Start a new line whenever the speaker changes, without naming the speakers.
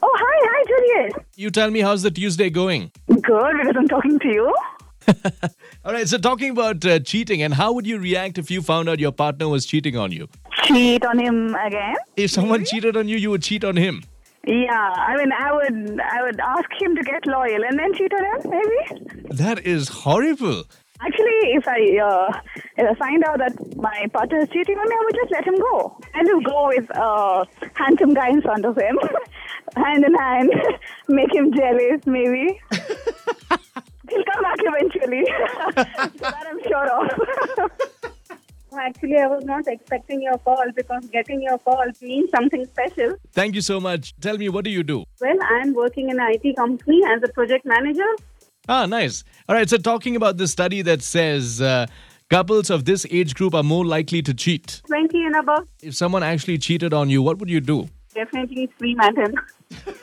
Oh, hi, Juliet.
You tell me how's the Tuesday going?
Good, because I'm talking to you.
All right, so talking about uh, cheating and how would you react if you found out your partner was cheating on you?
Cheat on him again?
If someone cheated on you, you would cheat on him.
Yeah, I mean, I would, I would ask him to get loyal and then cheat on him, maybe.
That is horrible.
Actually, if I, uh, if I find out that my partner is cheating on me, I would just let him go and just go with a uh, handsome guy in front of him, hand in hand, make him jealous, maybe. He'll come back eventually. that I'm sure of.
Actually, I was not expecting your call because getting your call means something special.
Thank you so much. Tell me, what do you do?
Well, I'm working in an IT company as a project manager.
Ah, nice. All right, so talking about the study that says uh, couples of this age group are more likely to cheat.
20 and above,
If someone actually cheated on you, what would you do?
definitely scream at him.